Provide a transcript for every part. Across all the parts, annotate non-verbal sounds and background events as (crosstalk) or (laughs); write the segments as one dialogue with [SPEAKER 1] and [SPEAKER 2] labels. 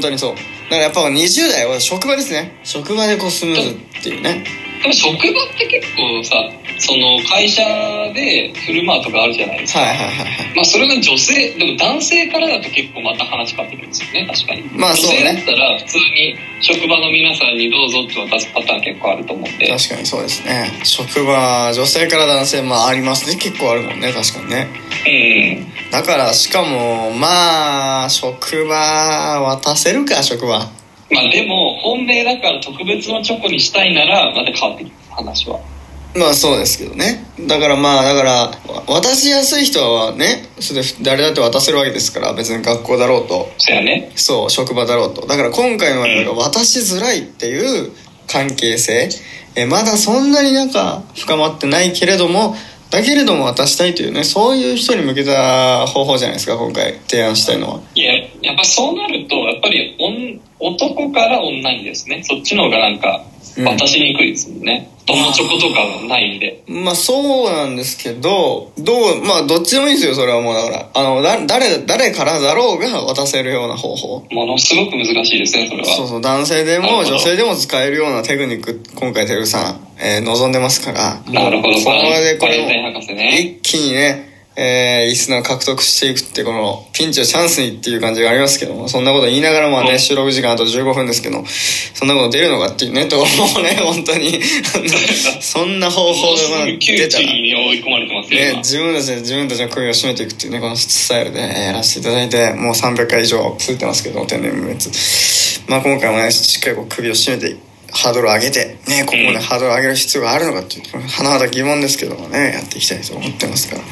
[SPEAKER 1] 当にそうだからやっぱ20代は職場ですね職場でこうスムーズっていうね
[SPEAKER 2] でも職場って結構さその会社でフルマーとかあるじゃないですか、
[SPEAKER 1] はいはいはいはい
[SPEAKER 2] まあ、それが女性でも男性からだと結構また話変わってくるんですよね確かに、
[SPEAKER 1] まあそうね
[SPEAKER 2] 女性だったら普通に職場の皆さんにどうぞって渡すパターン結構あると思うんで
[SPEAKER 1] 確かにそうですね職場女性から男性まあありますね結構あるもんね確かにね
[SPEAKER 2] うん
[SPEAKER 1] だからしかもまあ職場渡せるか職場
[SPEAKER 2] まあでも本命だから特別のチョコにしたいならまた変わってくる話は
[SPEAKER 1] まあそうですけどねだからまあだからわ渡しやすい人はねそれで誰だって渡せるわけですから別に学校だろうと
[SPEAKER 2] そうやね
[SPEAKER 1] そう職場だろうとだから今回のなんか渡しづらいっていう関係性えまだそんなになんか深まってないけれどもだけれども渡したいというねそういう人に向けた方法じゃないですか今回提案したいのはい
[SPEAKER 2] ややっぱそうなるとやっぱりおん男から女にですねそっちの方がなんか
[SPEAKER 1] うん
[SPEAKER 2] 渡しにくいですもんね、友チョコとかないんで
[SPEAKER 1] まあそうなんですけどどうまあどっちでもいいですよそれはもうだからあのだ誰誰からだろうが渡せるような方法
[SPEAKER 2] ものすごく難しいですねそれ
[SPEAKER 1] そう
[SPEAKER 2] は
[SPEAKER 1] そう男性で
[SPEAKER 2] なる
[SPEAKER 1] も
[SPEAKER 2] ほど
[SPEAKER 1] 女性でも使えるようなテクニック今回てるさん、えー望んでますから
[SPEAKER 2] なるほど
[SPEAKER 1] もうこれでこ
[SPEAKER 2] バ
[SPEAKER 1] れ
[SPEAKER 2] レ
[SPEAKER 1] を
[SPEAKER 2] ンタイン博士ね
[SPEAKER 1] 一気にね、えー、リスナー獲得していくってこのピンチをチャンスにっていう感じがありますけどもそんなこと言いながらまあ
[SPEAKER 2] う
[SPEAKER 1] ね
[SPEAKER 2] ん
[SPEAKER 1] 収録時間あと15分ですけどそんなこと出るのかっていうねと思うね本当 (laughs) にそんな方
[SPEAKER 2] も
[SPEAKER 1] 法
[SPEAKER 2] うす
[SPEAKER 1] がまあ
[SPEAKER 2] ぐ
[SPEAKER 1] 出
[SPEAKER 2] 窮
[SPEAKER 1] た
[SPEAKER 2] 地
[SPEAKER 1] ら。
[SPEAKER 2] に追い込まれてますよ、
[SPEAKER 1] ね、
[SPEAKER 2] 今
[SPEAKER 1] 自分たちで自分たちの首を絞めていくっていうねこのスタイルでえーやらせていただいてもう300回以上続いてますけども天然無滅まあ今回もねしっかりこう首を絞めてハードルを上げてねここまで
[SPEAKER 2] うん
[SPEAKER 1] ハードルを上げる必要があるのかっていう甚だ疑問ですけどもねやっていきたいと思ってますから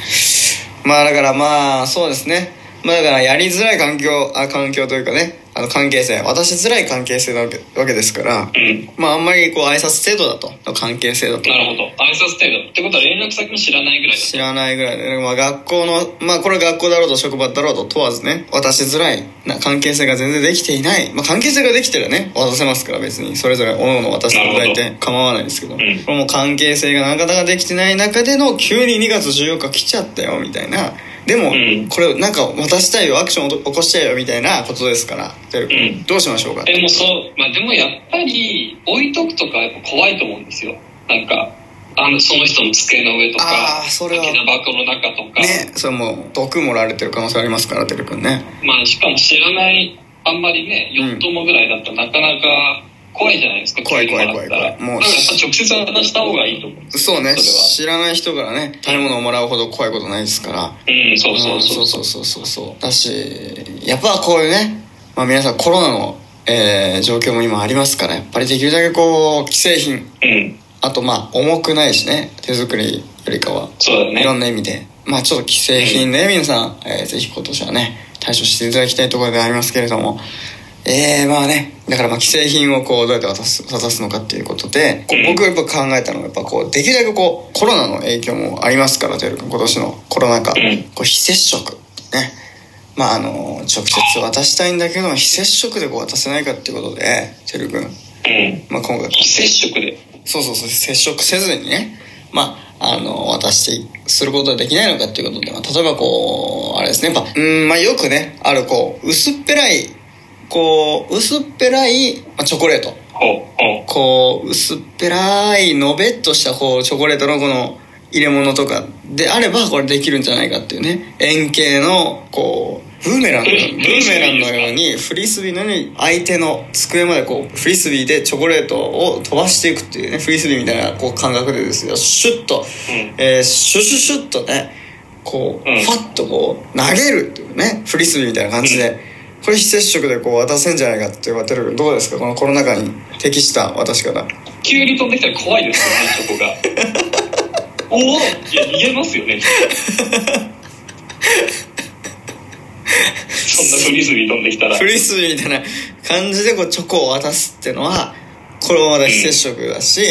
[SPEAKER 1] まあだからまあそうですねまあだからやりづらい環境あ環境というかねあの関係性私づらい関係性なわけわけですから
[SPEAKER 2] うん
[SPEAKER 1] まああんまりこう挨拶程度だと関係性だと
[SPEAKER 2] なるほど挨拶程度ってことは連絡先も知らないぐらいだ
[SPEAKER 1] 知らないぐらいで、まあ、学校のまあこれは学校だろうと職場だろうと問わずね渡しづらいな関係性が全然できていない、まあ、関係性ができてるね渡せますから別にそれぞれ各々渡していただい
[SPEAKER 2] な
[SPEAKER 1] て構わないですけど、
[SPEAKER 2] ん
[SPEAKER 1] これも関係性がなかなかできてない中での急に2月14日来ちゃったよみたいなでも、
[SPEAKER 2] うん
[SPEAKER 1] これなんか渡したいよアクションを起こしたいよみたいなことですからで
[SPEAKER 2] ん
[SPEAKER 1] どうしましょうか
[SPEAKER 2] でもそう、まあ、でもやっぱり置いとくとかやっぱ怖いと思うんですよなんかあのその人の机の上と
[SPEAKER 1] あ
[SPEAKER 2] か
[SPEAKER 1] ーそれは
[SPEAKER 2] 空き箱の中とか、
[SPEAKER 1] ねそれもう毒盛られてる可能性ありますからてるくんね
[SPEAKER 2] まあ、しかも知らないあんまりね
[SPEAKER 1] うん
[SPEAKER 2] 4等もぐらいだったらなかなか怖いじゃないですか
[SPEAKER 1] 怖い
[SPEAKER 2] 急にもら
[SPEAKER 1] 怖い
[SPEAKER 2] った
[SPEAKER 1] 怖い
[SPEAKER 2] ら
[SPEAKER 1] 怖いもう
[SPEAKER 2] だからやっぱ直接渡した方がいいと思う
[SPEAKER 1] そうね
[SPEAKER 2] それは
[SPEAKER 1] 知らない人からね食べ物をもらうほど怖いことないですから
[SPEAKER 2] うんそうそうそう
[SPEAKER 1] そうそうそうそうだしやっぱこういうね、まあ、皆さんコロナの、えー状況も今ありますからやっぱりできるだけこう既製品
[SPEAKER 2] うん
[SPEAKER 1] あとまあ重くないしね手作りよりかは
[SPEAKER 2] そうだ
[SPEAKER 1] いろん
[SPEAKER 2] ね
[SPEAKER 1] な意味でまあちょっと既製品ね皆さん、えーぜひ今年はね対処していただきたいところではありますけれどもえー、まあねだからまあ既製品をこうどうやって渡す渡すのかっていうことでこう
[SPEAKER 2] うん
[SPEAKER 1] 僕がやっぱ考えたのはやっぱこうできるだけこうコロナの影響もありますからというか今年のコロナ禍、
[SPEAKER 2] うん
[SPEAKER 1] こう非接触ねまああの直接渡したいんだけども非接触でこう渡せないかっていうことでてるくん、
[SPEAKER 2] うん
[SPEAKER 1] まあ、今回
[SPEAKER 2] 非接触で
[SPEAKER 1] そうそうそう接触せずにねまああの渡してすることはできないのかっていうことで、まあ、例えばこうあれですねやっぱうんまあよくねあるこう薄っぺらいこう薄っぺらい、まあ、チョコレート
[SPEAKER 2] ほうほ
[SPEAKER 1] こう薄っぺらいのべっとしたこうチョコレートのこの入れ物とかであればこれできるんじゃないかっていうね円形のこうブーメランの
[SPEAKER 2] フ
[SPEAKER 1] ブ
[SPEAKER 2] リ
[SPEAKER 1] ーメランのようにフリスビーのように相手の机までこうフリスビーでチョコレートを飛ばしていくっていうねフリスビーみたいなこう感覚でですよシュッと、
[SPEAKER 2] ん
[SPEAKER 1] えーシュシュシュッとねこう、
[SPEAKER 2] うん
[SPEAKER 1] ファッとこう投げるっていうねフリスビーみたいな感じで、これ非接触でこう渡せんじゃないかって言われてるけどどうですかこのコロナ禍に適した私から
[SPEAKER 2] う急に飛んできたら怖いです
[SPEAKER 1] (laughs)
[SPEAKER 2] よねチョコがおおいや逃げますよねそんなフリスビー飛んできたら
[SPEAKER 1] フリスビーみたいな感じでこうチョコを渡すっていうのはこれもまだ非接触だし、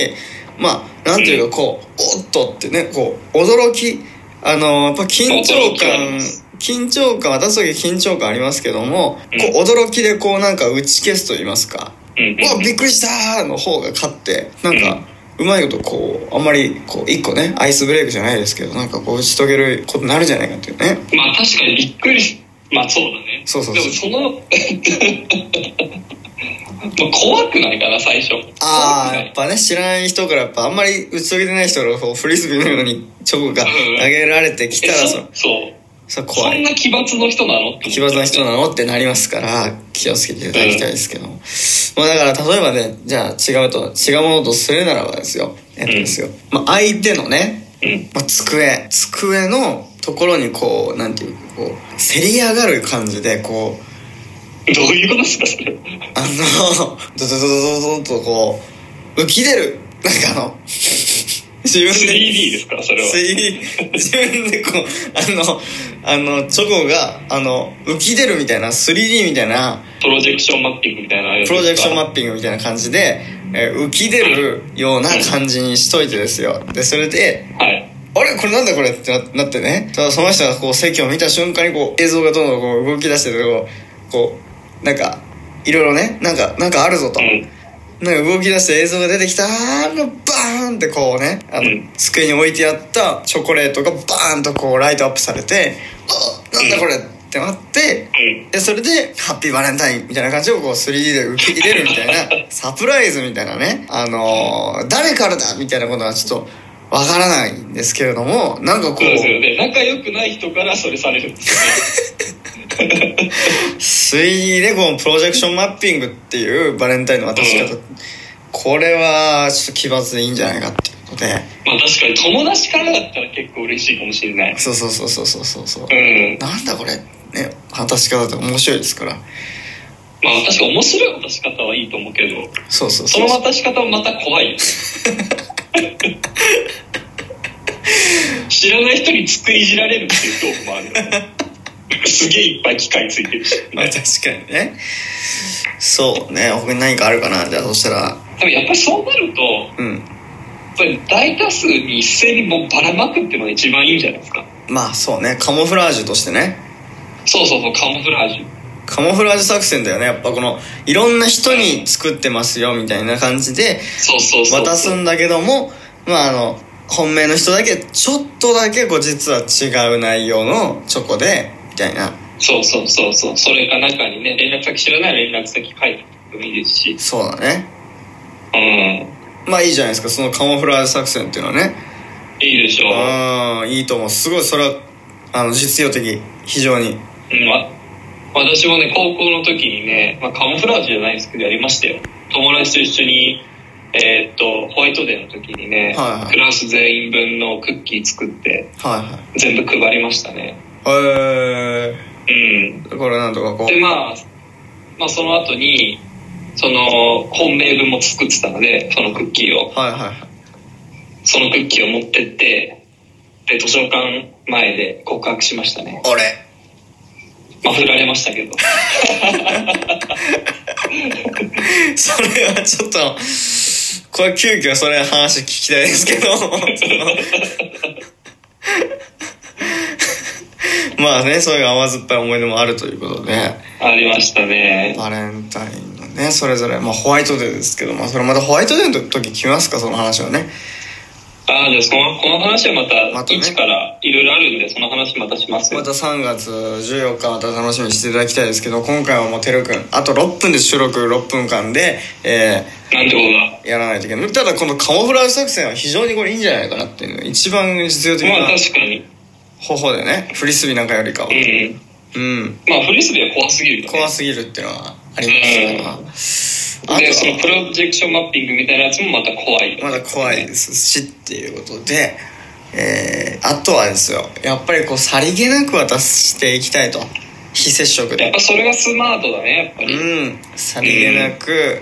[SPEAKER 1] まあなんていうかこう、おっとってねこう驚きあのやっぱ緊張
[SPEAKER 2] 驚きはあり
[SPEAKER 1] 感
[SPEAKER 2] ます
[SPEAKER 1] 緊張感渡す時緊張感ありますけども、
[SPEAKER 2] うん
[SPEAKER 1] こう驚きでこうなんか打ち消すと言いますか
[SPEAKER 2] うんうん
[SPEAKER 1] うわびっくりしたーの方が勝ってなんかうまいことこうあんまりこう一個ねアイスブレイクじゃないですけどなんかこう打ち解けることになるんじゃないかっていうね
[SPEAKER 2] まあ確かにびっくりしまあそうだね
[SPEAKER 1] そうそう
[SPEAKER 2] で
[SPEAKER 1] そう
[SPEAKER 2] もその (laughs) まあ怖くないかな最初
[SPEAKER 1] ああ
[SPEAKER 2] 怖く
[SPEAKER 1] や
[SPEAKER 2] な
[SPEAKER 1] っ
[SPEAKER 2] い
[SPEAKER 1] ぱね知らない人からやっぱあんまり打ち解けてない人からこうフリスビーのようにチョコが
[SPEAKER 2] うん
[SPEAKER 1] 投げられてきた
[SPEAKER 2] え
[SPEAKER 1] らそ
[SPEAKER 2] そ
[SPEAKER 1] う
[SPEAKER 2] そう
[SPEAKER 1] それ
[SPEAKER 2] そ
[SPEAKER 1] 怖
[SPEAKER 2] ん
[SPEAKER 1] い
[SPEAKER 2] な奇抜の人なのって思っ
[SPEAKER 1] 奇抜な人なのってなりますから気をつけていただきたいですけど、もうだから例えばねじゃあ違うと違うものとするならばですよえっとですよ、まあ、相手のね
[SPEAKER 2] うん
[SPEAKER 1] まあ、机机のところにこうなんていうかこうせり上がる感じでこう
[SPEAKER 2] どういうことですかそれ
[SPEAKER 1] あのドドドドドドとこう浮き出るなんかあの自分
[SPEAKER 2] 3D ですかそれは
[SPEAKER 1] 3D 自分でこうあのあのチョコがあの浮き出るみたいな 3D みたいな
[SPEAKER 2] プロジェクションマッピングみたいなやつ
[SPEAKER 1] プロジェクションマ
[SPEAKER 2] ッ
[SPEAKER 1] ッピングみたいな感じで、えー浮き出るような感じにしといてですよでそれで
[SPEAKER 2] ピングはい
[SPEAKER 1] あれこれなんだこれってななってねただその人がこう席を見た瞬間にこう映像がどんどんこう動き出してるこうこうなんかいろいろねなんかなんかあるぞと、
[SPEAKER 2] うん
[SPEAKER 1] なんか動き出して映像が出てきたあのバーンってこうねあの、
[SPEAKER 2] うん
[SPEAKER 1] 机に置いてあったチョコレートがバーンとこうライトアップされてあなんだこれってなって
[SPEAKER 2] うん
[SPEAKER 1] でそれで「ハッピーバレンタイン」みたいな感じをこう 3D で受け入れるみたい
[SPEAKER 2] (laughs)
[SPEAKER 1] なサプライズみたいなねあのー誰からだみたいなことはちょっとわからないんですけれどもなんかこ
[SPEAKER 2] そうですよ
[SPEAKER 1] う
[SPEAKER 2] ね仲良くない人からそれされるんですよね
[SPEAKER 1] 3D でこうプロジェクションマッピングっていうバレンタインの渡し方、
[SPEAKER 2] うん
[SPEAKER 1] これはちょっと奇抜でいいんじゃないかっていうので
[SPEAKER 2] まあ確かに友達からだったら結構嬉しいかもしれない
[SPEAKER 1] そうそうそうそうそうそうそう
[SPEAKER 2] うん
[SPEAKER 1] なんだこれね渡し方って面白いですから
[SPEAKER 2] まあ確か面白い渡し方はいいと思うけど
[SPEAKER 1] そうそう
[SPEAKER 2] そ
[SPEAKER 1] そう
[SPEAKER 2] の渡し方もまた怖 (laughs) いよ知らない人につくいじられるっていう恐怖もあるよねすげえいっぱい機械ついてるし、
[SPEAKER 1] まあ確かにねそうね他に何かあるかなじゃあそしたら
[SPEAKER 2] でもやっぱりそうなるとや
[SPEAKER 1] うん
[SPEAKER 2] っぱり大多数に一斉にもうばらまくっていうのが一番いいんじゃないですか
[SPEAKER 1] まあそうねカモフラージュとしてね
[SPEAKER 2] そうそうそうカモフラージュ
[SPEAKER 1] カモフラージュ作戦だよねやっぱこのいろんな人に作ってますよみたいな感じで
[SPEAKER 2] そうそうそう
[SPEAKER 1] 渡すんだけどもまああの本命の人だけちょっとだけこう実は違う内容のチョコでみたいな
[SPEAKER 2] そうそうそうそうそれか中にね連絡先知らない連絡先書いてもいいですし
[SPEAKER 1] そうだね
[SPEAKER 2] うん
[SPEAKER 1] まあいいじゃないですかそのカモフラージュ作戦っていうのはね
[SPEAKER 2] いいでしょう、
[SPEAKER 1] ああいいと思うすごいそれはあの実用的非常に
[SPEAKER 2] うんわ私もね高校の時にね、まあ、カモフラージュじゃないんですけどやりましたよ友達と一緒にえーっとホワイトデーの時にね、
[SPEAKER 1] はいはい
[SPEAKER 2] クラス全員分のクッキー作って
[SPEAKER 1] はいはい
[SPEAKER 2] 全部配りましたね
[SPEAKER 1] え
[SPEAKER 2] うん
[SPEAKER 1] ー、これなんとかこ
[SPEAKER 2] で
[SPEAKER 1] う
[SPEAKER 2] まあまあその後にその本命分も作ってたのでそのクッキーを
[SPEAKER 1] はいはいはい
[SPEAKER 2] そのクッキーを持ってってで図書館前で告白しましたね
[SPEAKER 1] 俺
[SPEAKER 2] まあ振られましたけど
[SPEAKER 1] (laughs) それはちょっと、これ急遽それ話聞きたいですけど、 (laughs) まあね、そういう甘酸っぱい思い出もあるということで、
[SPEAKER 2] ありましたね
[SPEAKER 1] バレンタインのね、それぞれ、まあホワイトデーですけど、まあそれまたホワイトデーの時聞きますか、その話はね。
[SPEAKER 2] ああ、じゃあその、この話はま
[SPEAKER 1] ま
[SPEAKER 2] た、
[SPEAKER 1] たね
[SPEAKER 2] 一からいろいろあるんで、その話またしますよ。
[SPEAKER 1] また3月14日また楽しみにしていただきたいですけど、今回はもうてるくん、あと6分で収録6分間で、えー、
[SPEAKER 2] なんてこ
[SPEAKER 1] やらないといけないただこのカモフラージュ作戦は非常にこれいいんじゃないかなっていうのが一番実用
[SPEAKER 2] と
[SPEAKER 1] 的
[SPEAKER 2] だ。まあ
[SPEAKER 1] な
[SPEAKER 2] 確かに。
[SPEAKER 1] 方法だよねフリスビーなんかよりかは
[SPEAKER 2] うん。
[SPEAKER 1] うん
[SPEAKER 2] まあフリスビーは怖すぎるよね
[SPEAKER 1] 怖すぎるっていうのはありますからあと
[SPEAKER 2] で、そのプ
[SPEAKER 1] は
[SPEAKER 2] ロジェクションマッピングみたいなやつもまた怖い。
[SPEAKER 1] まだ怖いですしっていうことでえー、あとはですよやっぱりこうさりげなく渡していきたいと非接触
[SPEAKER 2] やっ
[SPEAKER 1] で
[SPEAKER 2] ぱそれがスマートだね、やっぱ
[SPEAKER 1] う
[SPEAKER 2] り。
[SPEAKER 1] んさりげなく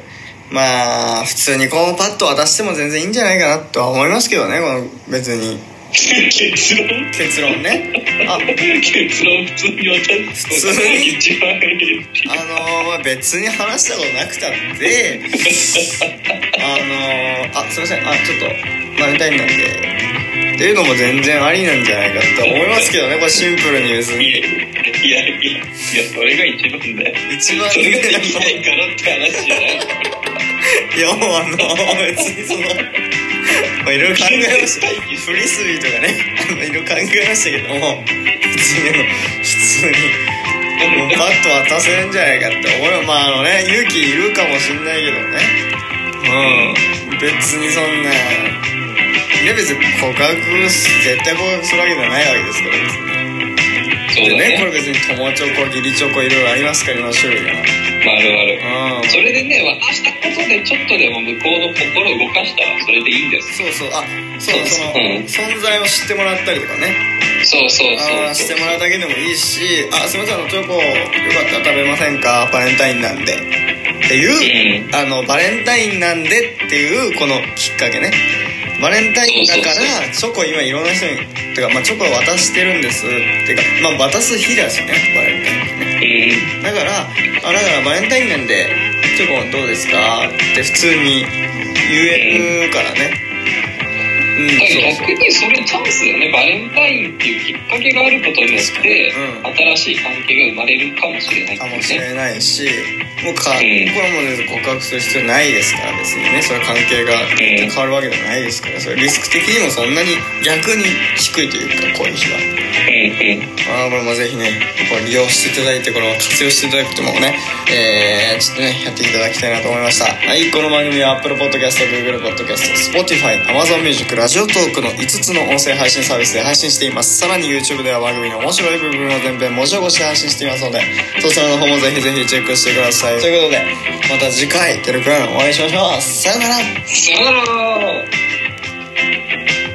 [SPEAKER 1] まあ普通にこうパッと渡しても全然いいんじゃないかなとは思いますけどねこの別に
[SPEAKER 2] (laughs) 結論
[SPEAKER 1] 結論ねあ
[SPEAKER 2] 結論普通に渡すことが一番いいっていう
[SPEAKER 1] あのーまあ、別に話したことなくたってあのーあすいませんあちょっとバレンタインなんでっていうのも全然ありなんじゃないかと思いますけどねこれシンプルに別
[SPEAKER 2] い
[SPEAKER 1] に
[SPEAKER 2] やいやいや、いや、それが一番だよ。
[SPEAKER 1] 一番
[SPEAKER 2] それができないからって話じゃない。
[SPEAKER 1] いやもうあのー別にそのまあいろいろ考えましたフリスビーとかねあのいろいろ考えましたけども別にあの普通にもうパッと渡せるんじゃないかって思うよまああのね勇気いるかもしんないけどねうん別にそんなね別に告白し絶対告白するわけじゃないわけですから別に
[SPEAKER 2] そうだ
[SPEAKER 1] でねこ
[SPEAKER 2] ね
[SPEAKER 1] れ別に友チョコ義理チョコいろいろありますから今種類が
[SPEAKER 2] まああるある
[SPEAKER 1] うん
[SPEAKER 2] それでね渡したことでちょっとでも向こうの心を動かしたらそれでいいんです
[SPEAKER 1] そうそうあそうだその
[SPEAKER 2] うん
[SPEAKER 1] 存在を知ってもらったりとかね
[SPEAKER 2] そうそう
[SPEAKER 1] あー
[SPEAKER 2] そ
[SPEAKER 1] して
[SPEAKER 2] う
[SPEAKER 1] もらうだけでもいいし「あすいませんあのチョコよかったら食べませんかバレンタインなんで」っていう、
[SPEAKER 2] う
[SPEAKER 1] あのバレンタインなんでっていうこのきっかけねバレンタインだから
[SPEAKER 2] そうそう
[SPEAKER 1] チョコ今いろんな人にてか、まあ、チョコを渡してるんですっていうか、まあ、渡す日だしねバレンタインってね
[SPEAKER 2] うん
[SPEAKER 1] だからあだからバレンタインなんでチョコどうですかって普通に言えるからねうん
[SPEAKER 2] だから
[SPEAKER 1] そう
[SPEAKER 2] 逆にそれチャンスだよねバレンタインっていうきっかけがあることによって、
[SPEAKER 1] う
[SPEAKER 2] 新しい関係が生まれるかもしれない
[SPEAKER 1] かも
[SPEAKER 2] で
[SPEAKER 1] し
[SPEAKER 2] すね
[SPEAKER 1] れないしもうか、
[SPEAKER 2] うん
[SPEAKER 1] これはもうね告白する必要ないですから別にねそれは関係が変わるわけじゃないですからそれリスク的にもそんなに逆に低いというかこういう日は
[SPEAKER 2] う
[SPEAKER 1] ああ
[SPEAKER 2] んうん
[SPEAKER 1] これもぜひねこれ利用していただいてこれを活用していただくともねえー、ちょっとねやっていただきたいなと思いましたはいこの番組は Apple PodcastGoogle PodcastSpotifyAmazonMusic ラジオトークの5つの音声配信サービスで配信していますさらに YouTube では番組の面白い部分を全編文字起こしで配信していますのでそちらの方もぜひぜひチェックしてくださいということでまた次回テレクラのお会いしましょうさようなら
[SPEAKER 2] さよなら